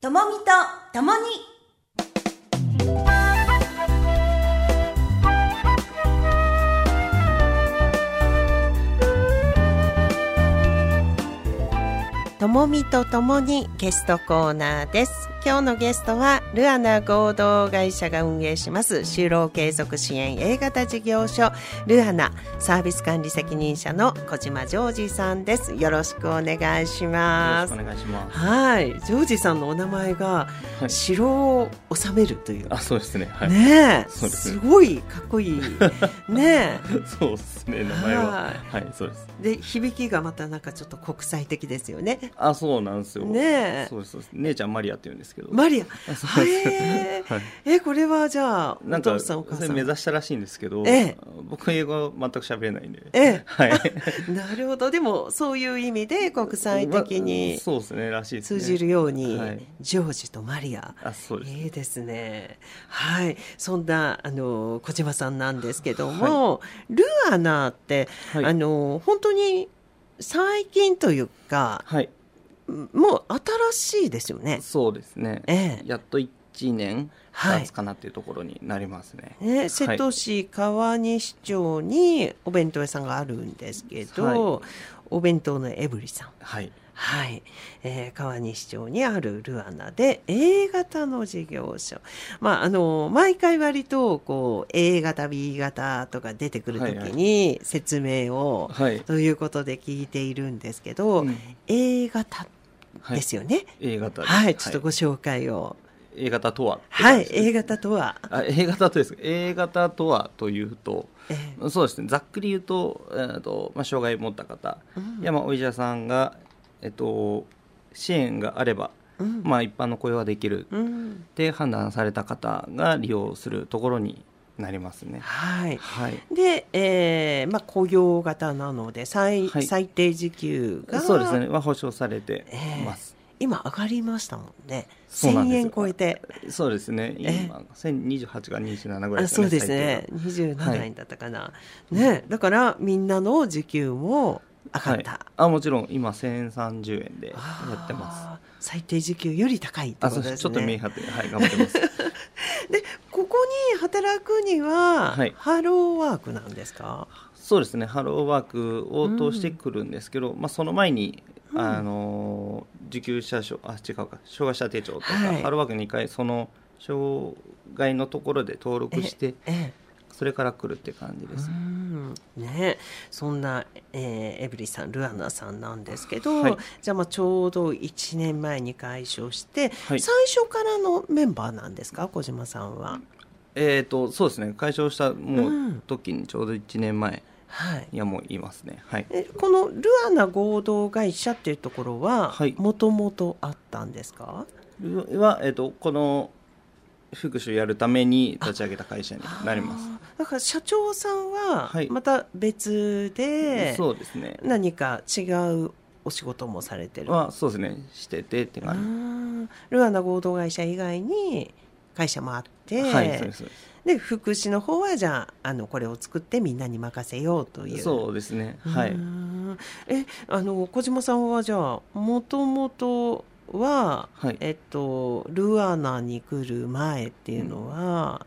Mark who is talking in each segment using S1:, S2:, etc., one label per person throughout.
S1: ともみとともに
S2: ともみとともにゲストコーナーです今日のゲストはルアナ合同会社が運営します就労継続支援 A 型事業所ルアナサービス管理責任者の小島ジョージさんですよろしくお願いし
S3: よろ
S2: ま
S3: し
S2: す
S3: くお願いします。
S2: はいジョージさんのお名前が
S3: はい
S2: 城を治めるという、
S3: あ、そうですね。はい。
S2: ねえ
S3: そうです
S2: すごいかっこい いね
S3: そうですね。
S2: え
S3: 名前は。
S2: は
S3: はい、そうです。
S2: いで響きがまたなんかちょっと国際的ですよね
S3: あ、そうなんですよ。
S2: ねえ
S3: そうです。そうです姉ちゃんマリアって言うんですけど。
S2: マリア
S3: あそうです
S2: へえ
S3: はい。
S2: えこれはじゃあ
S3: な
S2: お
S3: んか
S2: 父さんお母さ
S3: それ
S2: ん
S3: 目指したらしいんですけど、
S2: ええ
S3: 僕英語全く喋れないんで、
S2: ええ
S3: はい、
S2: なるほどでもそういう意味で国際的に
S3: そうですねらしいですね。
S2: 通じるように、
S3: はい
S2: ジョージとマリア
S3: あ、そうです。
S2: いいですね。はい、そんなあの小島さんなんですけども、ルアナって、
S3: はい
S2: あの本当に最近というか、
S3: はい、
S2: もう新しいですよね。
S3: そうですね。
S2: ええ
S3: やっと一年
S2: はい
S3: 経つかなっていうところになりますね。
S2: ね、瀬戸市川西町にお弁当屋さんがあるんですけど、お弁当のエブリさん、
S3: はい、
S2: はい、えー川西町にあるルアナで A 型の事業所。まああの毎回割とこう A 型 B 型とか出てくるとき
S3: はい
S2: に説明を
S3: はい、
S2: ということで聞いているんですけど、
S3: うん
S2: A 型
S3: は
S2: で
S3: い、
S2: すよね。
S3: A 型です。
S2: はい、ちょっとご紹介を。
S3: A 型とはって
S2: は
S3: 感
S2: い
S3: じ、ですね
S2: A 型とは、
S3: あ A 型とですか A 型とはというと
S2: え
S3: そうですねざっくり言うと,、えーとまあ、障害を持った方、
S2: うん
S3: やまあお医者さんが、えっと支援があれば、
S2: うん
S3: まあ、一般の雇用はできるっ
S2: うん、
S3: て判断された方が利用するところになりますね。
S2: はい。
S3: はい
S2: で、えーまあ、雇用型なので最,、
S3: はい
S2: 最低時給が
S3: そうですねは保証されてます、
S2: 今上がりましたもんね
S3: そうな
S2: 1000
S3: んですよ
S2: 円超えて
S3: そうですね
S2: ええ
S3: 今1028が27ぐらい
S2: あ
S3: です
S2: そ
S3: かね
S2: うですね27円だったかな、ねだからみんなの時給も上
S3: 最
S2: がっ
S3: 低
S2: た、
S3: は、はい、あもちろん今1030円でや
S2: あー
S3: ってます
S2: 最低時給より高いって
S3: あ
S2: こと
S3: そうで
S2: ですす
S3: ね
S2: ね
S3: ちょっと見え張ってはい頑張って ます
S2: ここに働くには、
S3: はい
S2: ハローワークなんですか
S3: そうですね、ハローワークを通してくるんですけど、まあ、その前に、
S2: うん
S3: あの受給者証あ違うか障害者手帳とか、
S2: はい
S3: ハローワーク2回その障害のところで登録して
S2: ええ
S3: それから来るって感じです、
S2: うんね、そんな、えーエブリさんルアナさんなんですけど、
S3: はい
S2: じゃあまあちょうど1年前に解消して、
S3: はい
S2: 最初からのメンバーなんですか小島さんは。
S3: えっ、とそうですね解消したも
S2: うん
S3: う時にちょうど1年前
S2: はい、
S3: にはもういますねはい
S2: えこのルアナ合同会社っていうところは
S3: はい
S2: もともとあったんですか、
S3: は、えー、とこの福祉をやるために立ち上げた会社になります
S2: あーだから社長さんは
S3: はい
S2: また別で
S3: そうですね
S2: 何か違うお仕事もされてる
S3: はそうですねしててって感じ、
S2: うんルアナ合同会社以外に会社もあって、
S3: はいそうですそうです
S2: で福祉の方はじゃああのこれを作ってみんなに任せようという。
S3: そうですねはいう
S2: ーんえあの小島さんはじゃあもともとは、
S3: はい
S2: えっと、ルアナに来る前っていうのは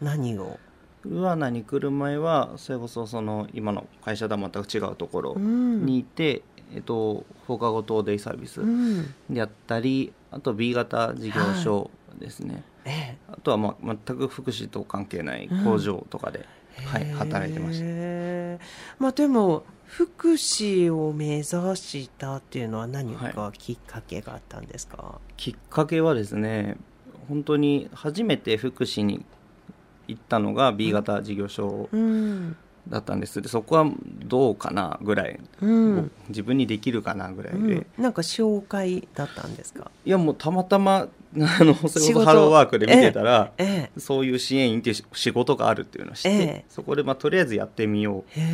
S2: 何を、
S3: ウアナに来る前はそれこそその今の会社とは全く違うところ
S2: うん
S3: にいて、えっと、放課後等デイサービス
S2: うん
S3: であったりあと B 型事業所ですね、
S2: え
S3: あとは、まあ、全く福祉と関係ない
S2: うん
S3: 工場とかで、
S2: え
S3: はい、働いてました
S2: へえまあ、でも福祉を目指したっていうのは何かきっかけがあったんですか、
S3: きっかけはですね本当に初めて福祉に行ったのが B 型事業所
S2: うん
S3: だったんですでそこはどうかなぐらい、
S2: うん
S3: 自分にできるかなぐらいで、
S2: うん、なんか紹介だったんですか。
S3: いやもうたまたま あのそれ
S2: 仕
S3: こそ
S2: 事
S3: ハローワークで見てたら、
S2: え
S3: そういう支援員っていう仕事があるっていうのを知って、
S2: ええ
S3: そこでまあとりあえずやってみよ
S2: え、へ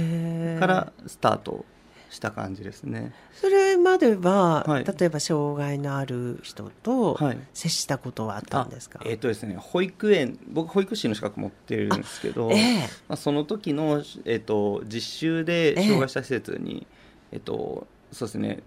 S3: う
S2: え
S3: からスタートした感じですね。
S2: それまでは、
S3: はい
S2: 例えば障害のある人と
S3: はい
S2: 接したことはあったんですか。
S3: あえっ、とですね保育園僕保育士の資格持ってるんですけど
S2: え
S3: まあ、その時のえっ、と実習で障害者施設にえっ、とそうですね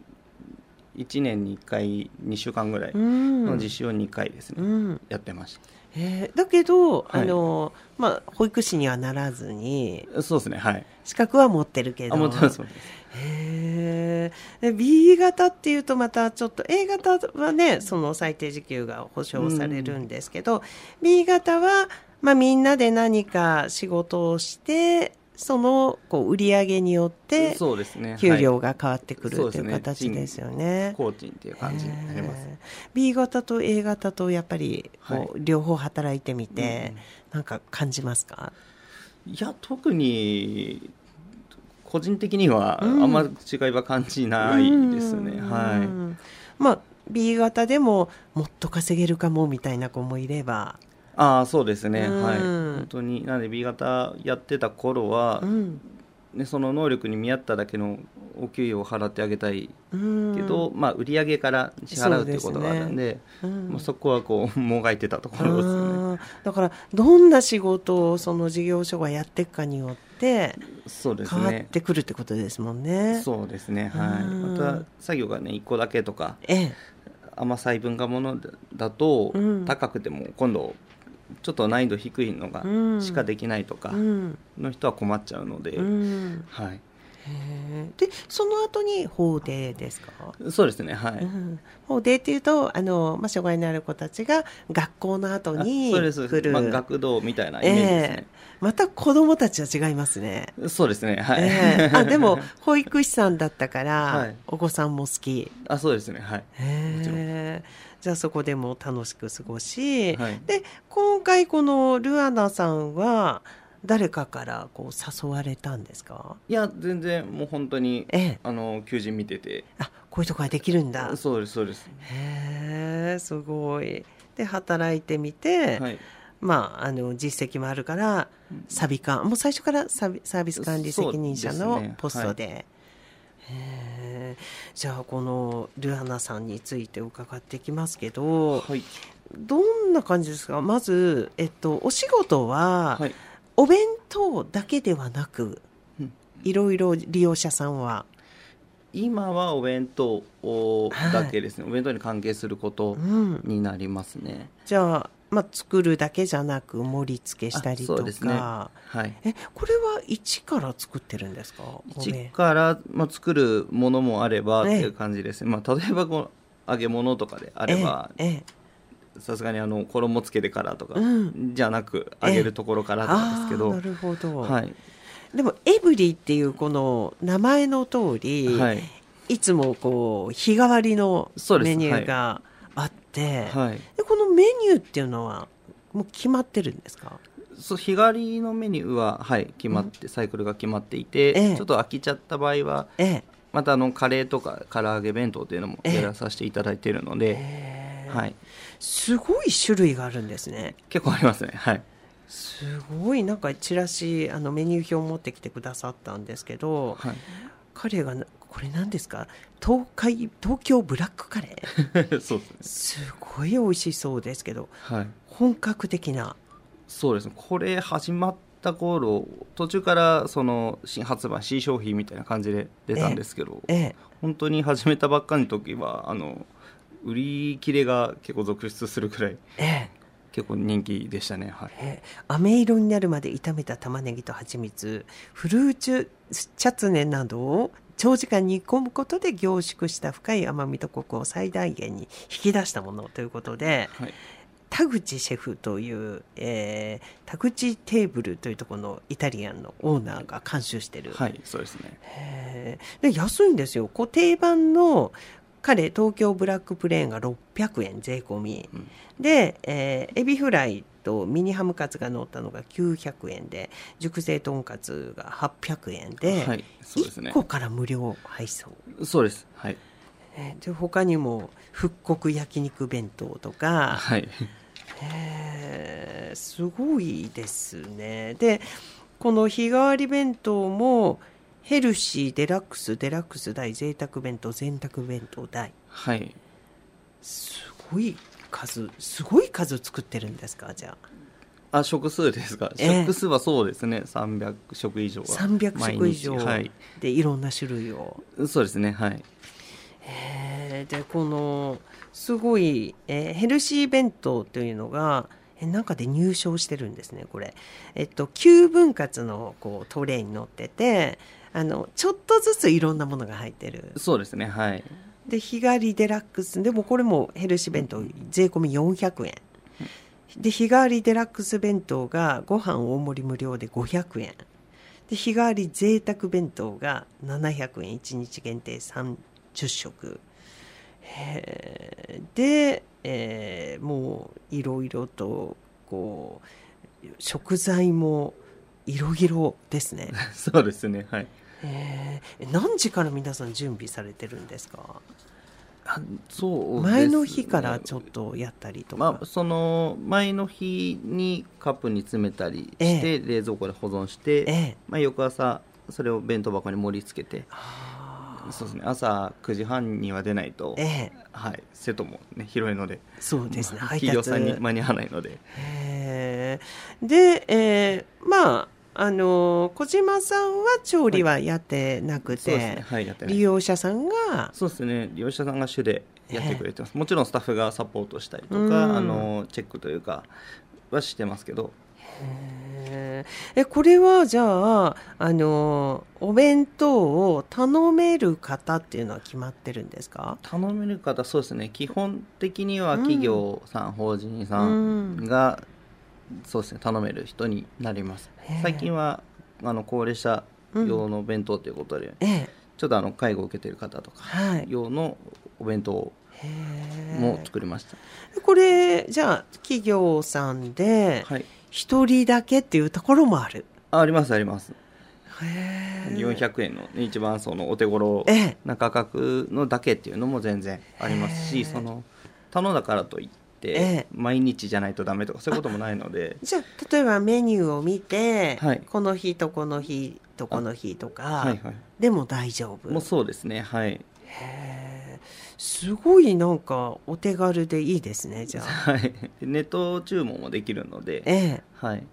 S3: 1年に1回2週間ぐらい
S2: うん
S3: の実習を2回ですね、
S2: うん
S3: やってまし
S2: えーだけど、
S3: はい
S2: あのまあ、保育士にはならずに
S3: たそうですねはい
S2: 資格は持ってるけど
S3: あもちろんそうです
S2: へえ B 型っていうとまたちょっと A 型はねその最低時給が保障されるんですけど、B 型は、まあ、みんなで何か仕事をしてそのこう売り上げによって
S3: そうですね
S2: 給
S3: は
S2: 料が変わってくる
S3: そう
S2: と
S3: で
S2: い
S3: す
S2: う
S3: ね
S2: 形ですよね
S3: い、。工賃っていう感じになります
S2: へー B 型と A 型とやっぱりこう両方働いてみてなんか感じますか、
S3: いや特に個人的にはあ
S2: うん
S3: んま違いは感じないですね、
S2: うん
S3: はい
S2: まあ B 型でももっと稼げるかもみたいな子もいれば、
S3: ああそうですね、
S2: うん
S3: はい本当になので B 型やってた頃は
S2: う、ん
S3: ね、その能力に見合っただけのお給与を払ってあげたい
S2: うん、
S3: けど、まあ売り上げから支払うっていうことがあるんで
S2: うん、
S3: まあ、そこはこうもがいてたところですよね
S2: あーだからどんな仕事をその事業所がやっていくかによって
S3: そうです
S2: 変わっ
S3: ね
S2: てくるってことですもんね。
S3: そうですねはい
S2: うん
S3: また作業がね1個だけとか
S2: え
S3: 甘さい文化ものだと
S2: うん
S3: 高くても今度ちょっと難易度低いのが
S2: うん
S3: しかできないとか
S2: え、うん
S3: の人は困っちゃうので、
S2: うん、
S3: はい
S2: へーでその後に法でですか
S3: そうですねは
S2: う
S3: い
S2: ん法でっていうとあの、まあ、障害のある子たちが学校の後
S3: あ
S2: に
S3: そうです
S2: 来る
S3: まあ、学童みたいなイメージです
S2: え
S3: ね、
S2: えまた子供たちは違いますね。
S3: そうですねはい、
S2: ええあでも保育士さんだったから、
S3: はい
S2: お子さんも好き。
S3: あそうですねはいもちろん
S2: ええじゃあそこでも楽しく過ごし、
S3: はい
S2: で今回このルアナさんは誰かからこう誘われたんですか
S3: いや全然もう本当に
S2: ええ
S3: あの求人見てて
S2: あこういうとこができるんだ。
S3: そうですそうです、
S2: へえすごい。で働いてみて、
S3: はい、
S2: まあ、あの実績もあるから
S3: うん
S2: サビ管もう最初からサビサービス管理責任者
S3: そう
S2: の
S3: ですね
S2: ポストでへえじゃあこのルアナさんについて伺っていきますけど
S3: はい
S2: どんな感じですかまず、えっと、お仕事は、
S3: はい
S2: お弁当だけではなく
S3: うん
S2: いろいろ利用者さんは、
S3: 今はお弁当をだけですね、お弁当に関係すること
S2: うん、
S3: になりますね
S2: じゃあ、まあ、作るだけじゃなく盛り付けしたり
S3: あ
S2: と
S3: そう
S2: か、
S3: ですねはい
S2: えこれは一から作ってるんですかお
S3: 一
S2: 弁
S3: から、まあ、作るものもあればっ
S2: ええ
S3: ていう感じですね、まあ、例えばこう揚げ物とかであれば
S2: ええええ
S3: さすがにあの衣つけてからとか、
S2: うん
S3: じゃなく揚げるところからとかですけ
S2: あー
S3: ど
S2: な、るほど、
S3: はい
S2: でもエブリっていうこの名前の通り、、
S3: はいい
S2: つもこう日替わりの
S3: そうです
S2: メニューがあって、
S3: はい、
S2: でこのメニューっていうのはもう決まってるんですか
S3: そう日替わりのメニューは、はい、決まってサイクルが決まっていて、
S2: ええ
S3: ちょっと飽きちゃった場合は
S2: え
S3: またあのカレーとか唐揚げ弁当というのもやらさせていただいているの
S2: え
S3: で、
S2: へえ
S3: はい、
S2: すごい種類があるんですね
S3: 結構ありますねはい
S2: すごいなんかチラシあのメニュー表を持ってきてくださったんですけど
S3: はい
S2: 彼がなこれ何ですか東海東京ブラックカレー
S3: そうですね
S2: すごい美味しそうですけど
S3: はい
S2: 本格的な
S3: そうですねこれ始まった頃途中からその新発売新商品みたいな感じで出たんですけど、
S2: ええ
S3: 本当に始めたばっかりの時はあの売り切れが結構続出するくらい
S2: ええ
S3: 結構人気でしたねはい
S2: え飴色になるまで炒めた玉ねぎと蜂蜜フルーツチャツネなどを長時間煮込むことで凝縮した深い甘みとコクを最大限に引き出したものということで
S3: はい
S2: 田口シェフという、えー田口テーブルというところのイタリアンのオーナーが監修してる、
S3: はい、そうですね。
S2: へーで安いんですよこう定番のカレー東京ブラックプレーンが600円税込み、
S3: うん
S2: で、えーエビフライとミニハムカツが乗ったのが900円で熟成とんかつが800円で、
S3: はい、そうです
S2: 1
S3: ね。
S2: 個から無料配送、
S3: そうです。はい。
S2: えーで他にも復刻焼肉弁当とか
S3: はい。
S2: へーすごいですねでこの日替わり弁当もヘルシーデラックスデラックス大贅沢弁当贅沢弁当大
S3: はい。
S2: すごい数すごい数作ってるんですかじゃあ
S3: あ、食数ですか。
S2: ええ
S3: 食数はそうですね。300食以上は。
S2: 300食以上
S3: 毎日はい。
S2: でいろんな種類を
S3: そうですね。はい。
S2: へーてこのすごい、えーヘルシー弁当というのがえなんかで入賞してるんですねこれ。えっと9分割のこうトレイに乗っててあのちょっとずついろんなものが入ってる
S3: そうですねはい
S2: で日帰りデラックスでもこれもヘルシー弁当税込み400円で日替わりデラックス弁当がご飯大盛り無料で500円で日替わり贅沢弁当が700円1日限定30食へーで、えーもういろいろとこう食材もいろいろですね、
S3: そうですねはい
S2: へーえ何時から皆さん準備されてるんですか
S3: あそうですね
S2: 前の日からちょっとやったりとか、
S3: まあ、その前の日にカップに詰めたりして、冷蔵庫で保存して、
S2: ええ
S3: まあ、翌朝それを弁当箱に盛り付けて
S2: あー
S3: そうですね朝9時半には出ないと、
S2: ええ
S3: はい、瀬戸も、ね、広いので
S2: そうですね
S3: まあ
S2: 配
S3: 企業
S2: 達
S3: さんに間に合わないので
S2: へーで、えーまああのー小島さんは調理はやってなく
S3: そ
S2: て、
S3: うですねはいやってな
S2: 利
S3: い
S2: 用者さんが
S3: そうですね利用者さんが主でやってくれてます、もちろんスタッフがサポートしたりとか、
S2: うん
S3: あのチェックというかはしてますけど
S2: へーえこれはじゃあ、あのーお弁当を頼める方っていうのは決まってるんですか
S3: 頼める方そうですね基本的には企業さん、法人さん
S2: うん
S3: が、そうですね頼める人になります
S2: へえ
S3: 最近はあの高齢者用の弁当ということで、
S2: ええ
S3: ちょっとあの介護を受けてる方とか
S2: はい
S3: 用のお弁当
S2: へー
S3: も作りました、
S2: これじゃあ企業さんで
S3: はい
S2: 一人だけっていうところもある。
S3: あありますあります
S2: へー
S3: 400円のね一番そのお手頃
S2: ええ
S3: な価格のだけっていうのも全然あります
S2: へえ
S3: しその頼んだからといって、
S2: ええ
S3: 毎日じゃないとダメとかそういうこともないので
S2: じゃあ例えばメニューを見て、
S3: はい
S2: この日とこの日とこの日とか、
S3: はいはい
S2: でも大丈夫
S3: もうそうですねはい
S2: へーすごいなんかお手軽でいいですねじゃあ。
S3: はいでネット注文もできるので
S2: ええ、
S3: はい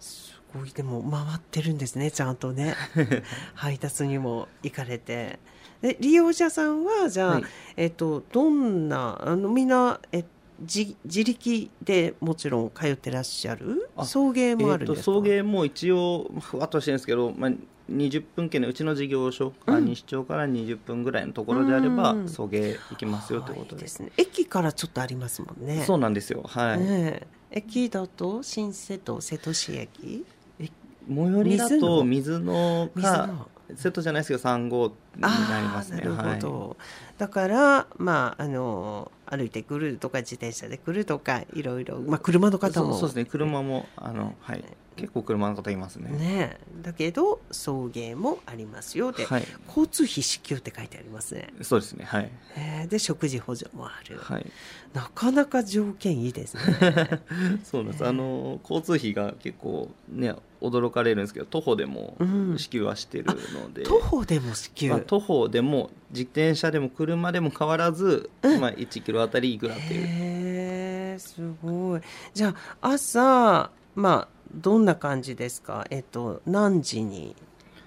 S2: すごいでも回ってるんですねちゃんとね 配達にも行かれてで利用者さんはじゃあ、
S3: はい
S2: えっと、どんなあのみんなえ自自力でもちろん通ってらっしゃる
S3: あ
S2: 送迎もあるん
S3: えー
S2: で
S3: と
S2: すか、
S3: 送迎も一応まあふわっとしてるんですけど、まあ、20分圏のうちの事業所、から
S2: うん
S3: 西町から20分ぐらいのところであれば
S2: うん
S3: 送迎行きますよってこと
S2: はい
S3: で、
S2: ですすね駅からちょっとありますもんね
S3: そうなんですよはい、
S2: ねえ駅だと新瀬戸瀬戸市駅
S3: 最寄りだと水野
S2: 水
S3: か
S2: 野
S3: セットじゃないですけど3号になり
S2: あ
S3: ま
S2: あ
S3: す
S2: な
S3: ね
S2: るほ
S3: は
S2: ど、だからまああの歩いてくるとか自転車で来るとかいろいろ、まあ、車の
S3: い、そ
S2: 方
S3: う
S2: も
S3: そうですね車もあの、はい、結構車の方いますね
S2: ねえだけど送迎もありますよで、
S3: はい
S2: 交通費支給って書いてありますね、
S3: そうですねはい、
S2: えーで食事補助もある、
S3: はい、
S2: なかなか条件いいですね
S3: そうなんですあの交通費が結構ね驚かれるんですけど徒歩でも
S2: うん
S3: 支給はしてるので、
S2: 徒歩でも支給、
S3: まあ、徒歩でも自転車でも車でも変わらず、まあ、1キロあたりいくらっていう、
S2: へえすごいじゃあ朝まあどんな感じですかえっと何時に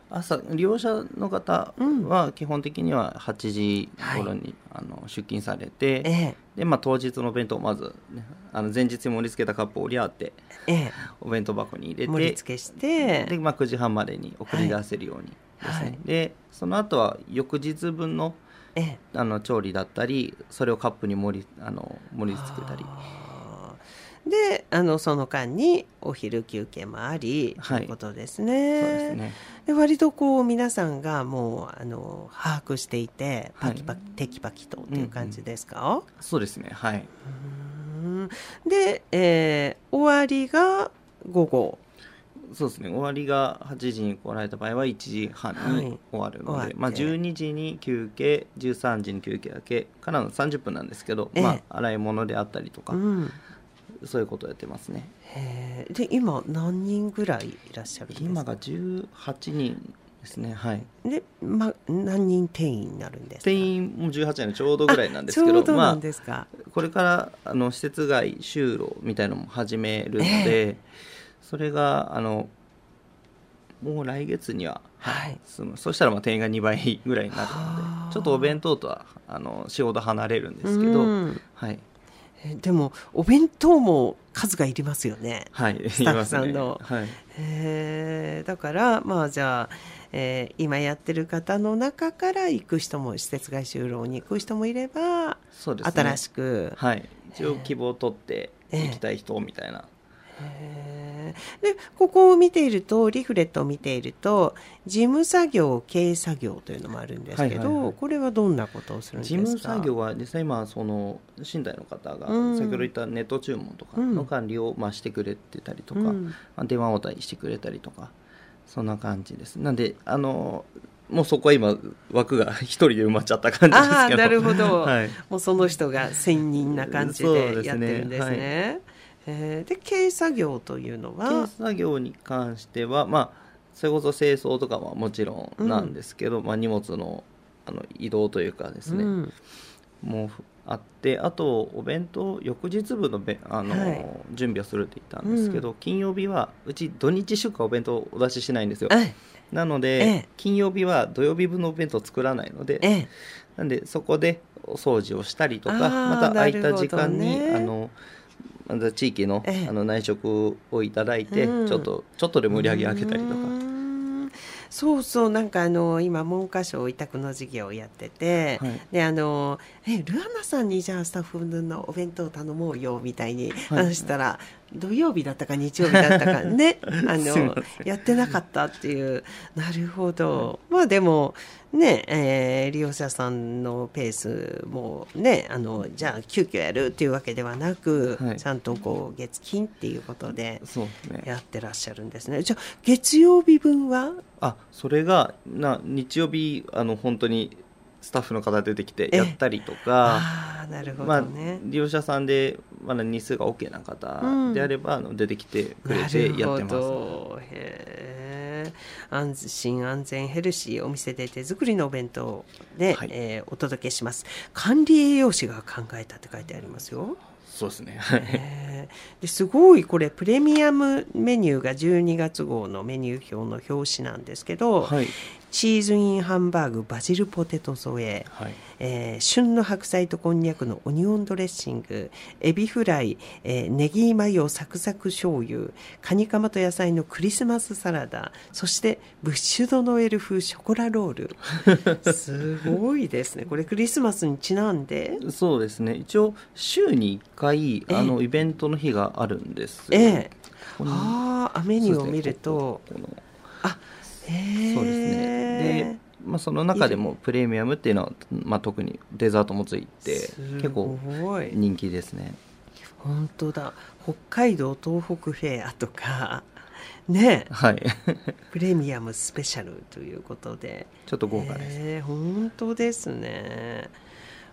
S3: 朝利用者の方は基本的には8時頃に、あの出勤され
S2: え
S3: て
S2: え
S3: で、まあ、当日の弁当をまずね、あの前日に盛り付けたカップを折り合って
S2: ええ
S3: お弁当箱に入れて
S2: 盛り付けして
S3: で、まあ、9時半までに送り出せるようにですね、
S2: はいはい
S3: でその後は翌日分の
S2: ええ
S3: あの調理だったりそれをカップに盛りあの盛り付けたり
S2: あーであのその間にお昼休憩もあり、
S3: はい
S2: ということです
S3: そ
S2: ね
S3: うですね。
S2: で割とこう皆さんがもうあの把握していてパキパキ、テキパキとっていう感じですか、
S3: そうですねはい
S2: うんで、えー終わりが午後
S3: そうですね終わりが8時に来られた場合は1時半
S2: はい
S3: に終わるので、
S2: 終わって
S3: まあ、12時に休憩13時に休憩明けからの30分なんですけど、
S2: ええ
S3: まあ、洗い物であったりとか、
S2: うん
S3: そういうことをやってますね
S2: へーで今何人ぐらいいらっしゃるんですか
S3: 今が18人ですねはい
S2: で、ま、何人定員になるんですか
S3: 定員も18人のちょうどぐらいなんです け
S2: ちょ
S3: ど
S2: うど
S3: ま
S2: なん
S3: あ
S2: ですか、
S3: これからあの施設外就労みたいのも始めるので、それがあのもう来月には
S2: はい。
S3: 済むそしたらまあ定員が2倍ぐらいになるの
S2: はあ
S3: でちょっとお弁当とはあの仕事離れるんですけど、
S2: うん
S3: はい
S2: えでもお弁当も数がいりますよね。
S3: はい
S2: スタッフさんの
S3: いますねはい、
S2: へーだからまあじゃあ、えー今やってる方の中から行く人も施設外就労に行く人もいれば、
S3: そうですね
S2: 新しく、
S3: はい一応希望を取って
S2: ええ
S3: 行きたい人みたいな、
S2: へーでここを見ているとリフレットを見ていると事務作業経営作業というのもあるんですけど、
S3: はいはいはい
S2: これはどんなことをするんです
S3: 事
S2: か
S3: 務作業は実際今その身体の方が
S2: うん
S3: 先ほど言ったネット注文とかの管理をまあしてくれてたりとか、
S2: うん
S3: まあ電話応対してくれたりとかそんな感じですなんであのもうそこは今枠が 一人で埋まっちゃった感じですけど
S2: ああなるほど
S3: はい、
S2: もうその人が専任な感じ
S3: そう
S2: で
S3: ですね
S2: やってるんですね。えーで経営作業というの
S3: 経営
S2: は、
S3: 作業に関してはまあそれこそ清掃とかはもちろんなんですけど、まあ、荷物のあの移動というかですね、
S2: うん
S3: もふあってあとお弁当翌日分のべあの、
S2: はい
S3: 準備をするって言ったんですけど、金曜日はうち土日出荷お弁当をお出ししないんですよ
S2: あえ
S3: なので、
S2: ええ
S3: 金曜日は土曜日分のお弁当を作らないので
S2: え
S3: なんでそこでお掃除をしたりとか
S2: あー
S3: また空い
S2: な
S3: た
S2: るほどね
S3: 時間に、あのまた地域の,、
S2: ええ
S3: あの内食をいただいて、
S2: うん
S3: ちょっとちょっとでも売り上げ上げたりとか
S2: うーんそうそうなんかあの今文科省委託の事業をやってて、
S3: はい
S2: であのえルアナさんにじゃあスタッフ分のお弁当頼もうよみたいに
S3: い
S2: 話したら、土曜日だったか日曜日だったかねあ
S3: すいま
S2: のやってなかったっていうなるほど、まあでもね、えー利用者さんのペースもねあのじゃあ急遽やるっていうわけではなく、
S3: はい
S2: ちゃんとこう月金っていうことで
S3: そうですね
S2: やってらっしゃるんですね。じゃあ月曜日分は
S3: あそれがな日曜日あの本当にスタッフの方出てきて
S2: ええ
S3: やったりとか、
S2: ああーなるほ
S3: ま
S2: ど
S3: あ
S2: ね。、
S3: 利用者さんでまだ日数が OK な方
S2: うん
S3: であれば、あの出てきてくれ
S2: な
S3: て
S2: る
S3: やっ
S2: ほ
S3: てま
S2: ど。へえ。安心安全ヘルシーお店で手作りのお弁当で、
S3: はい
S2: えーお届けします。管理栄養士が考えたって書いてありますよ。
S3: すそうです ねはい
S2: へえですごいこれプレミアムメニューが12月号のメニュー表の表紙なんですけど、
S3: はい、
S2: チーズインハンバーグバジルポテト添え、
S3: はい、
S2: えー旬の白菜とこんにゃくのオニオンドレッシングエビフライ、えーネギマヨサクサク醤油カニカマと野菜のクリスマスサラダそしてブッシュドノエル風ショコラロー ルすごいですねこれクリスマスにちなんで
S3: そうですね一応週に1回
S2: ええ
S3: あのイベントの日があるんですよ
S2: ええ
S3: ここに
S2: あーあメニューを見ると
S3: そうですねこここ
S2: あへえ
S3: のそうですねで、まあ、その中でもプレミアムっていうのは、まあ、特にデザートもついて結構
S2: すごい
S3: 人気ですね
S2: 本当だ北海道東北フェアとかね
S3: はい
S2: プレミアムスペシャルということで
S3: ちょっと豪華です。
S2: えー本当ですね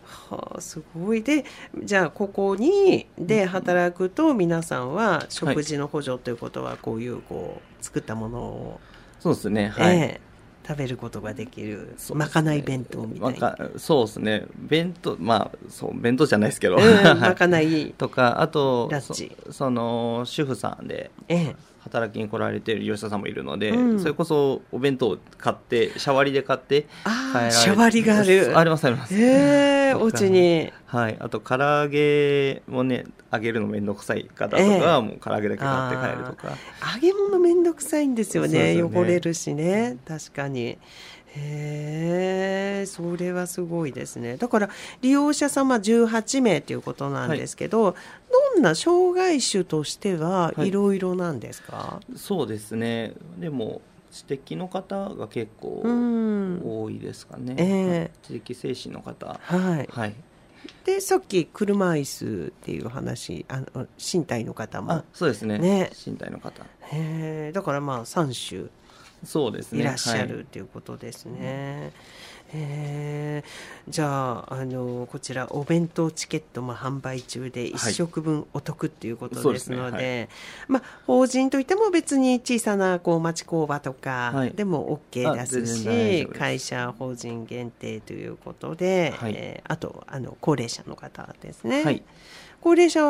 S2: はあすごいでじゃあここにで働くと皆さんは食事の補助ということはこういうこう作ったものを、
S3: そうですね。はい。
S2: えー食べることができる
S3: そうですね
S2: まかない弁当みたい
S3: ま
S2: な、
S3: かそうですね。弁当、まあ、そう、弁当じゃないです けど。
S2: うん、まかない、
S3: とか、あと
S2: ラッチ
S3: そ、その、主婦さんで
S2: えー
S3: 働きに来られてる利用者さんもいるので、
S2: うん
S3: それこそお弁当を買って、シャワリで買って、
S2: あ
S3: 帰ら
S2: ー
S3: れ
S2: シャワリがある
S3: あります、あります。
S2: えー、
S3: とか
S2: お家に
S3: はい。あと、唐揚げもね、揚げるのめんどくさい方とかは、もう唐揚げだけ買って帰るとか。
S2: 揚げ物めんどくさいんですよ
S3: そうで
S2: ね
S3: すよね
S2: 汚れるしね確かにへえそれはすごいですねだから利用者様18名ということなんですけど、どんな障害種としては
S3: はい
S2: いろいろなんですか、
S3: そうですね。でも、知的の方が結構、
S2: うん
S3: 多いですかね、
S2: ええ
S3: はい知的精神の方
S2: はい、
S3: はい
S2: でさっき車椅子っていう話あの身体の方も
S3: あそうですね
S2: ね
S3: 身体の方
S2: へえだからまあ3種
S3: そうですね
S2: いらっしゃ
S3: はい
S2: るということですね。えーじゃああのこちらお弁当チケットも販売中で1食分お得っていうことですので,、
S3: そうで
S2: まあ、法人といっても別に小さなこう町工場とか
S3: はい
S2: でも OK ですし、
S3: あ全然大丈夫です
S2: 会社法人限定ということで、
S3: はい
S2: えーあとあの高齢者の方ですね。
S3: はい
S2: 高齢者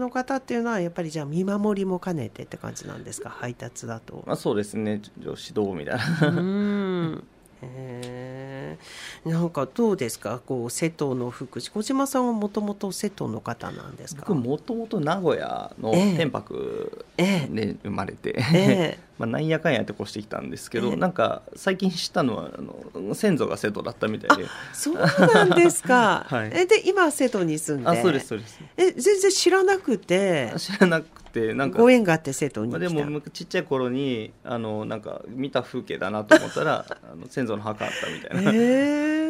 S2: の方っていうのはやっぱりじゃあ見守りも兼ねてって感じなんですか配達だと。
S3: まあ、そうですね指導みたいな
S2: うんへえなんかどうですかこう瀬戸の福祉小島さんはもともと瀬戸の方なんですか
S3: 僕もともと名古屋の
S2: ええ
S3: 天白
S2: ええ
S3: で生まれて、
S2: ええ
S3: まあ、なんやかんやって越してきたんですけど、
S2: ええ
S3: なんか最近知ったのはあの先祖が瀬戸だったみたいで
S2: そうなんですか、
S3: はい
S2: えで今は瀬戸に住んで
S3: あそうですそうです
S2: え全然知らなくて
S3: 知らなくてなんか
S2: ご縁があって瀬戸に
S3: ま
S2: 来
S3: あ、
S2: た、
S3: でもむちっちゃい頃にあのなんか見た風景だなと思った らあの先祖の墓あったみたいな、
S2: え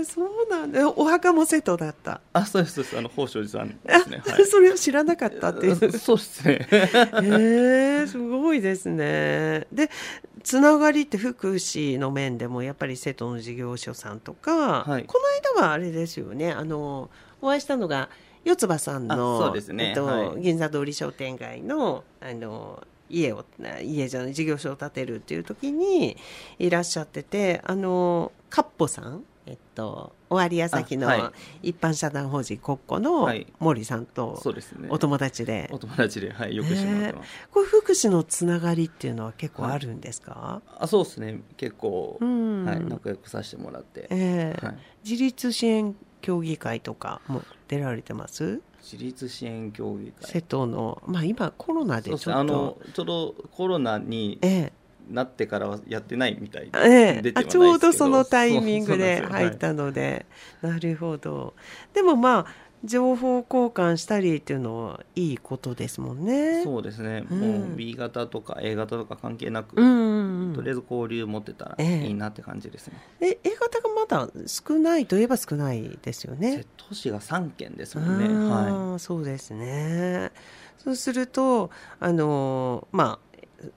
S2: えそうなんだえお墓も瀬戸だった、
S3: あそうですそうですあの宝生寺さんですねは い
S2: それを知らなかったっていう
S3: そうですね
S2: へえすごいですね。でつながりって福祉の面でもやっぱり瀬戸の事業所さんとか、
S3: はい
S2: この間はあれですよねあのお会いしたのが四葉さんの
S3: あそうですね
S2: えっと
S3: はい
S2: 銀座通り商店街のあの家をな家じゃない事業所を建てるっていう時にいらっしゃっててあのカッポさんえっと尾有崎
S3: あは
S2: の一般社団法人国庫の
S3: はい
S2: 森さんと
S3: そうですね
S2: お友達で
S3: お友達で、はい、よくしてもらってます、
S2: こういう福祉のつながりっていうのは結構あるんですか、
S3: あそうですね結構、
S2: うん、
S3: はい、仲良くさせてもらって、
S2: ええ
S3: はい、
S2: 自立支援協議会とかも出られてます、
S3: 自立支援協議会
S2: 瀬戸のまあ今コロナで
S3: そう
S2: ちょっ
S3: ですねあの
S2: と
S3: ちょうどコロナに
S2: え
S3: なってからはやってないみたいで、
S2: えええ
S3: 出てはないですけ
S2: あ
S3: ど
S2: ちょうどそのタイミングで
S3: そうそうなん
S2: 入
S3: ですよ
S2: ったのでなるほどでもまあ情報交換したりっていうのはいいことですもんねう
S3: そうですね、
S2: うん
S3: もう B 型とか A 型とか関係なく、
S2: んうんう
S3: と
S2: ん
S3: りあえず交流持ってたら
S2: ええ
S3: いいなって感じですね、
S2: え A 型がまだ少ないといえば少ないですよね
S3: 瀬戸市が3県です
S2: あ
S3: もんね、は
S2: あーそうですね。そうするとあのーまあ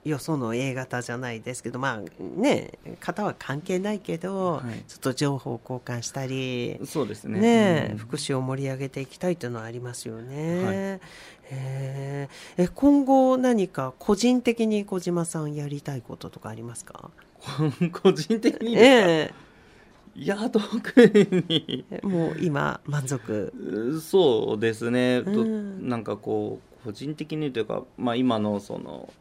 S2: よその A 型じゃないですけどまあね型は関係ないけど、
S3: はい
S2: ちょっと情報交換したり
S3: い、そうですね
S2: ね
S3: うん
S2: 福祉を盛り上げていきたいというのはありますよね。へーえ今後何か個人的に小島さんやりたいこととかありますか？
S3: 個人的にです
S2: え
S3: か、いや特に
S2: えもう今満足。
S3: うんそうですね、と
S2: うん
S3: なんかこう個人的にというか、まあ、今のその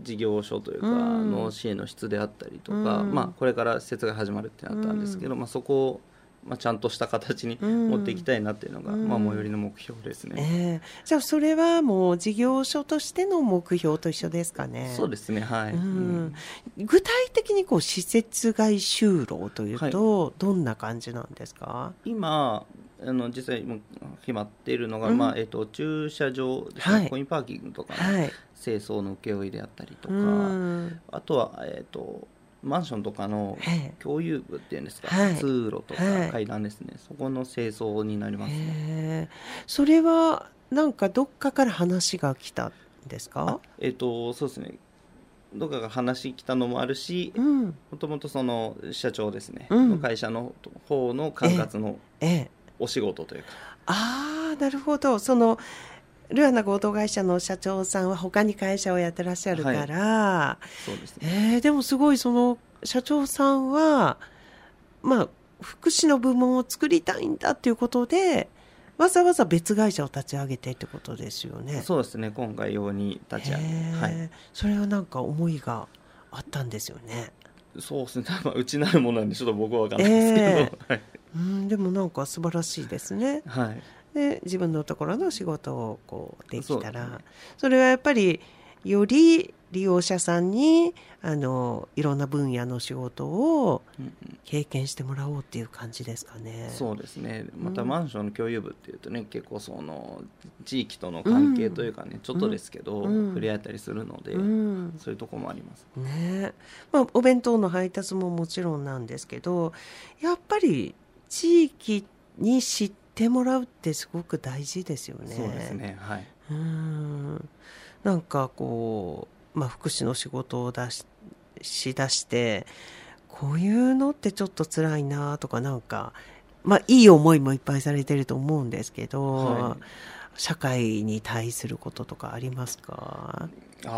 S3: 事業所というか
S2: うん
S3: の支援の質であったりとか、
S2: うん
S3: まあ、これから施設が始まるってなったんですけど、まあ、そこを、まあ、ちゃんとした形に
S2: うん
S3: 持っていきたいなっていうのが、
S2: うん
S3: まあ、最寄りの目標ですね。
S2: ええじゃあそれはもう事業所としての目標と一緒ですかね。
S3: そうですねはい、
S2: うん、具体的にこう施設外就労というと、どんな感じなんですか
S3: 今あの実際もう決まっているのが、
S2: うん
S3: まあえっと駐車場ですね、
S2: はい
S3: コインパーキングとかの
S2: はい。
S3: 清掃の請負であったりと
S2: う
S3: か、
S2: ん
S3: あとは、えっとマンションとかの
S2: ええ
S3: 共有部っていうんですか、
S2: はい
S3: 通路とか
S2: はい
S3: 階段ですね、そこの清掃になりますね。
S2: ええそれはなんかどっかから話が来たんですか
S3: えっ、とそうですねどっかが話来たのもあるし
S2: うん。
S3: もともとその社長ですね、
S2: うん
S3: の会社の方の管轄の
S2: ええ
S3: お仕事というか、
S2: ああなるほどそのルアナ合同会社の社長さんは他に会社をやってらっしゃるから、
S3: そうですね
S2: えー、でもすごいその社長さんはまあ福祉の部門を作りたいんだっていうことでわざわざ別会社を立ち上げてってことですよね。
S3: そうですね今回用に立ち上げ、
S2: へー
S3: はい、
S2: それはなんか思いがあったんですよね。
S3: そうですねまあうちなるものなんでちょっと僕は分かんないですけど、
S2: うんでもなんか素晴らしいですね。
S3: はい、はい、
S2: で自分のところの仕事をこうできたら
S3: そ
S2: そ,、
S3: うですね
S2: れはやっぱりより利用者さんにあのいろんな分野の仕事を
S3: うんうん
S2: 経験してもらおうっていう感じですかね。
S3: そうですねま
S2: う
S3: た
S2: ん
S3: マンションの共有部っていうとね、結構その地域との関係というかね、ちょっとですけど、
S2: うん
S3: 触れ合えたりするので、
S2: うん
S3: そういうとこもあります
S2: ねまあ、お弁当の配達ももちろんなんですけどやっぱり地域に知ってもらうってすごく大事ですよね。
S3: そうですねはい
S2: うんなんかこう、まあ、福祉の仕事を出ししだしてこういうのってちょっと辛いなとかなんか、まあ、いい思いもいっぱいされてると思うんですけど、
S3: はい
S2: 社会に対することとかありますか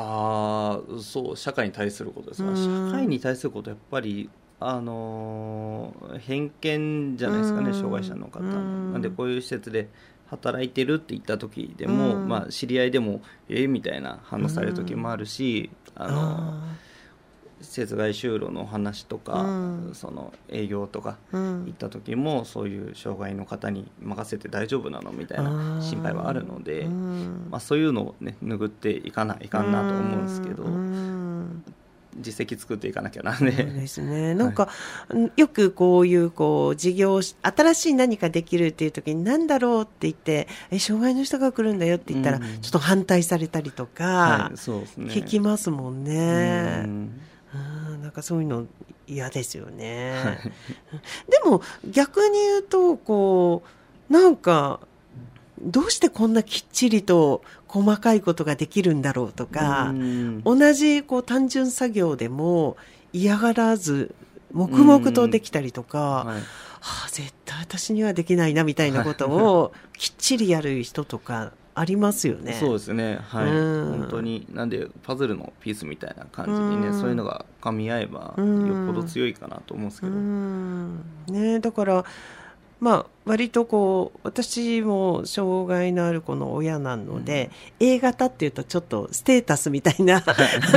S3: ああそう社会に対することですか、
S2: うん
S3: 社会に対することやっぱりあのー偏見じゃないですか
S2: う
S3: ね、
S2: ん
S3: 障害者の方の
S2: うん
S3: なんでこういう施設で働いてるって言った時でも、
S2: うん
S3: まあ、知り合いでも「えみたいな反応される時もあるし、あの
S2: あ
S3: 節外就労のお話とか、
S2: うん
S3: その営業とか
S2: ーう
S3: 行
S2: ん
S3: った時もそういう障害の方に任せて大丈夫なのみたい
S2: あー
S3: な心配はあるので、
S2: うん
S3: まあ、そういうのをね拭っていかないかんなと思うんですけど、
S2: うん
S3: 実績作っていかなきゃなんで、
S2: そうですね。なんか、うんよくこういう、こう、事業し、新しい何かできるっていう時に、なんだろうって言って、え、障害の人が来るんだよって言ったら、
S3: うん
S2: ちょっと反対されたりとか
S3: はい、、そうですね
S2: 聞きますもん
S3: う
S2: ね。
S3: ん
S2: うんなんかそういうの嫌ですよね。でも、逆に言うと、こう、なんか、どうしてこんなきっちりと細かいことができるんだろうとか、
S3: うん
S2: 同じこう単純作業でも嫌がらず黙々とできたりとか、
S3: はい
S2: はあ、絶対私にはできないなみたいなことを きっちりやる人とかありますよね。
S3: そうですねは
S2: う
S3: い
S2: ん
S3: 本当になんでパズルのピースみたいな感じにね、
S2: うん
S3: そういうのが噛み合えば
S2: うん
S3: よっぽど強いかなと思うんですけ
S2: う
S3: ど、
S2: んねえだからまあ割とこう私も障害のある子の親なので、A 型っていうとちょっとステータスみたい な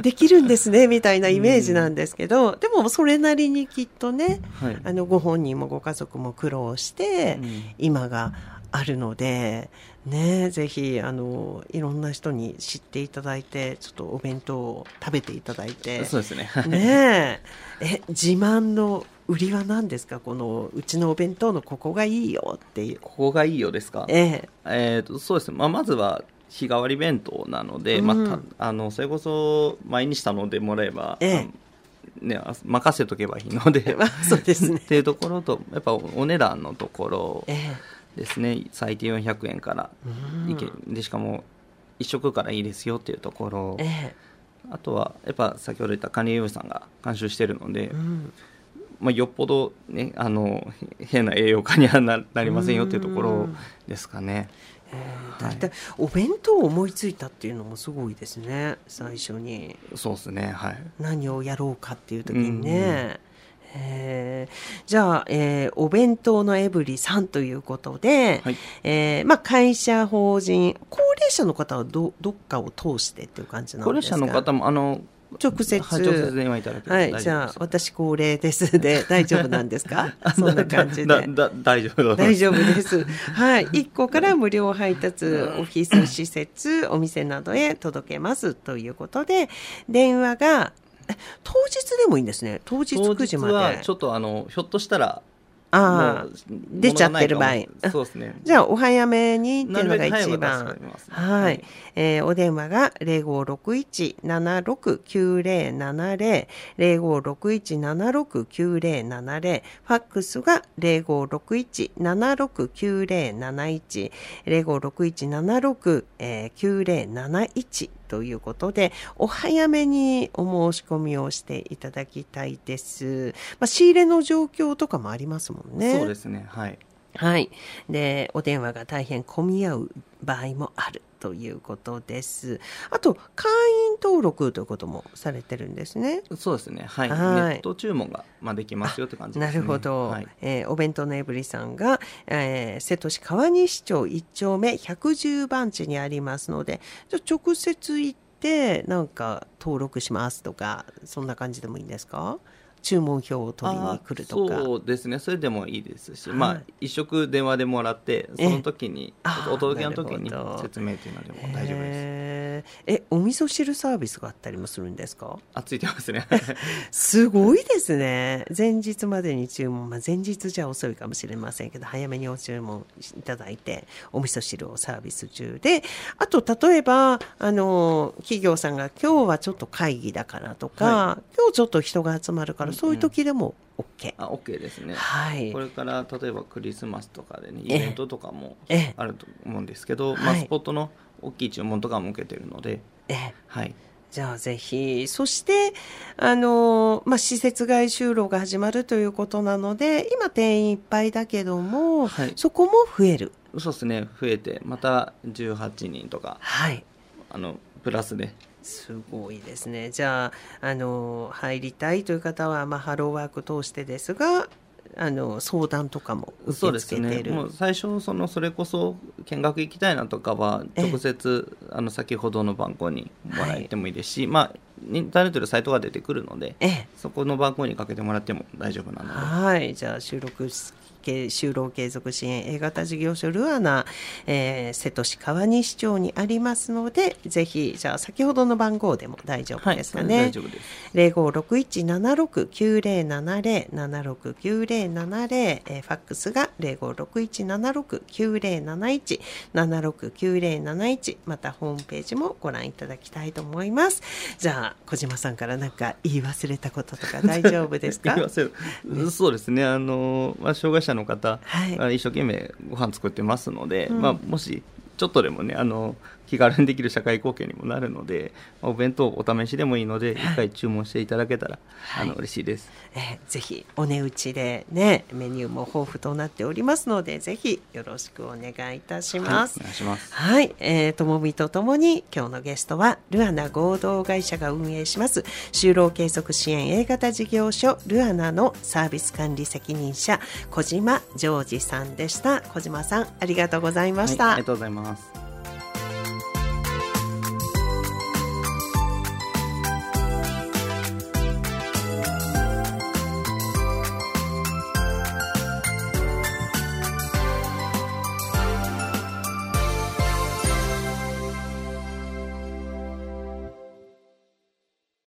S2: できるんですねみたいなイメージなんですけど、でもそれなりにきっとね
S3: はい、
S2: あのご本人もご家族も苦労して、
S3: うん
S2: 今があるので、ね、ぜひあのいろんな人に知っていただいてちょっとお弁当を食べていただいて、
S3: そうですね はい
S2: ねええ自慢の売りは何ですかこのうちのお弁当のここがいいよっていう。
S3: ここがいいよですか
S2: ええ
S3: えー、とそうですね、まあ、まずは日替わり弁当なので、まあ
S2: うん
S3: たあのそれこそ毎日頼んでもらえば、
S2: ええ
S3: あのね、あ任せとけばいいので
S2: まあ、 そうです ね
S3: っ。ていうところとやっぱお値段のところ
S2: ええ
S3: ですね最低400円から
S2: うん
S3: いけ、でしかも1食からいいですよっていうところ
S2: ええ
S3: あとはやっぱ先ほど言った管理栄養士さんが監修してるので、
S2: うん
S3: まあ、よっぽど、ね、あのへ変な栄養価にはななりませんよっていうところですかね。
S2: ええだ
S3: はい
S2: いたいお弁当を思いついたっていうのもすごいですね最初に。
S3: そうですねはい
S2: 何をやろうかっていう時にね。えーじゃあ、えーお弁当のエブリさんということで、
S3: はい
S2: えーまあ、会社、法人、高齢者の方はどどっかを通してっていう感じなん
S3: 高齢
S2: ですか
S3: 者の方もあの
S2: 直接、
S3: はい、直接電話いただけれ
S2: はい、
S3: ば大丈夫です
S2: じゃあ、私高齢ですで大丈夫なんです かそんな感じ
S3: だ
S2: で。
S3: だだ大丈夫 だと思いま
S2: 大
S3: す
S2: 丈夫です。はい。1個から無料配達、オフィス、施設、お店などへ届けますということで、電話が、え当日でもいいんですね。当日9時まで。
S3: 当日はちょっとあのひょっとしたら
S2: ああ
S3: もう
S2: 出ちゃってる場合
S3: 物がないかもそうですね
S2: じゃあ、お早めにって
S3: な
S2: いう
S3: る
S2: の
S3: べ
S2: が
S3: く早い
S2: 一
S3: は助
S2: 番
S3: か。りますね
S2: はい、えーお電話が0561769070、0561769070、ファックスが0561769071、0561769071ということで、お早めにお申し込みをしていただきたいです。まあ、仕入れの状況とかもありますもんね。
S3: そうですねはい
S2: はい。で、お電話が大変混み合う場合もあるということです。あと、会員登録ということもされてるんですね。
S3: そうですねはい
S2: はい
S3: ネット注文が、まあ、できますよって感じで
S2: な
S3: す
S2: る
S3: ね
S2: ほど、
S3: はい、
S2: えーお弁当のエブリさんが、えー瀬戸市川西町1丁目110番地にありますので、じゃあ直接行って、なんか登録しますとか、そんな感じでもいいんですか注文票を取りに来るとか。
S3: あーそうですねそれでもいいですし、
S2: はい
S3: まあ一食電話でもらってその時に
S2: あー
S3: お届けの時に
S2: なるほど
S3: 説明っていうのでも大丈夫です
S2: えーえ、お味噌汁サービスがあったりもするんですか
S3: あついてま すね
S2: すごいですね。前日までに注文、まあ、前日じゃ遅いかもしれませんけど、早めにお注文いただいて、お味噌汁をサービス中で、あと、例えば、あの、企業さんが今日はちょっと会議だからとか、今日ちょっと人が集まるから、
S3: うんうん
S2: そういう時でも OK。
S3: あ OK ですね
S2: はい
S3: こ。れから例えばクリスマスとかでねイ
S2: ええ
S3: ベントとかも
S2: ええ、
S3: あると思うんですけど、
S2: はい
S3: まあ、スポットの大きい注文とかも受けてるので、
S2: ええ。
S3: はい、
S2: じゃあぜひ。そして、あの、まあ、施設外就労が始まるということなので、今定員いっぱいだけども、
S3: はい
S2: そこも増える。
S3: そうですね増えてまた18人とか
S2: はい。
S3: あのプラスで、
S2: すごいですね。じゃあ、あの、入りたいという方は、まあ、ハローワーク通してですが、あの相談とかも
S3: そ
S2: 受
S3: う
S2: け
S3: です
S2: 付けて
S3: ね
S2: る。
S3: もう最初そのそれこそ見学行きたいなとかは
S2: ええ
S3: 直接あの先ほどの番号にもらえてもいいですし、まあインターネットでサイトが出てくるので
S2: ええ
S3: そこの番号にかけてもらっても大丈夫なので。
S2: はい、じゃあ収録就労継続支援 A 型事業所ルアナ、えー、瀬戸市川西町にありますのでぜひじゃあ先ほどの番号でも大丈夫
S3: はい、
S2: です
S3: そ
S2: か
S3: れ
S2: ね。
S3: で大丈夫です。
S2: 零五六一七六九零七零七六九零七零えーファックスが零五六一七六九零七一七六九零七一またホームページもご覧いただきたいと思います。じゃあ小島さんからなんか言い忘れたこととか大丈夫ですか？
S3: 言い忘れるそうですね、あのまあ、障害者の方
S2: はい
S3: が一生懸命ご飯作ってますので、
S2: うん
S3: まあ、もしちょっとでもねあの気軽にできる社会貢献にもなるのでお弁当お試しでもいいので一回注文していただけたら、
S2: はい
S3: あの嬉しいです。
S2: えーぜひお値打ちでねメニューも豊富となっておりますのでぜひよろしくお願いいたします。
S3: はいお願いします。
S2: はい、えー、ともみとともに今日のゲストはルアナ合同会社が運営します就労継続支援 A 型事業所ルアナのサービス管理責任者小島ジョージさんでした小島さんありがとうございました、
S3: はいありがとうございます。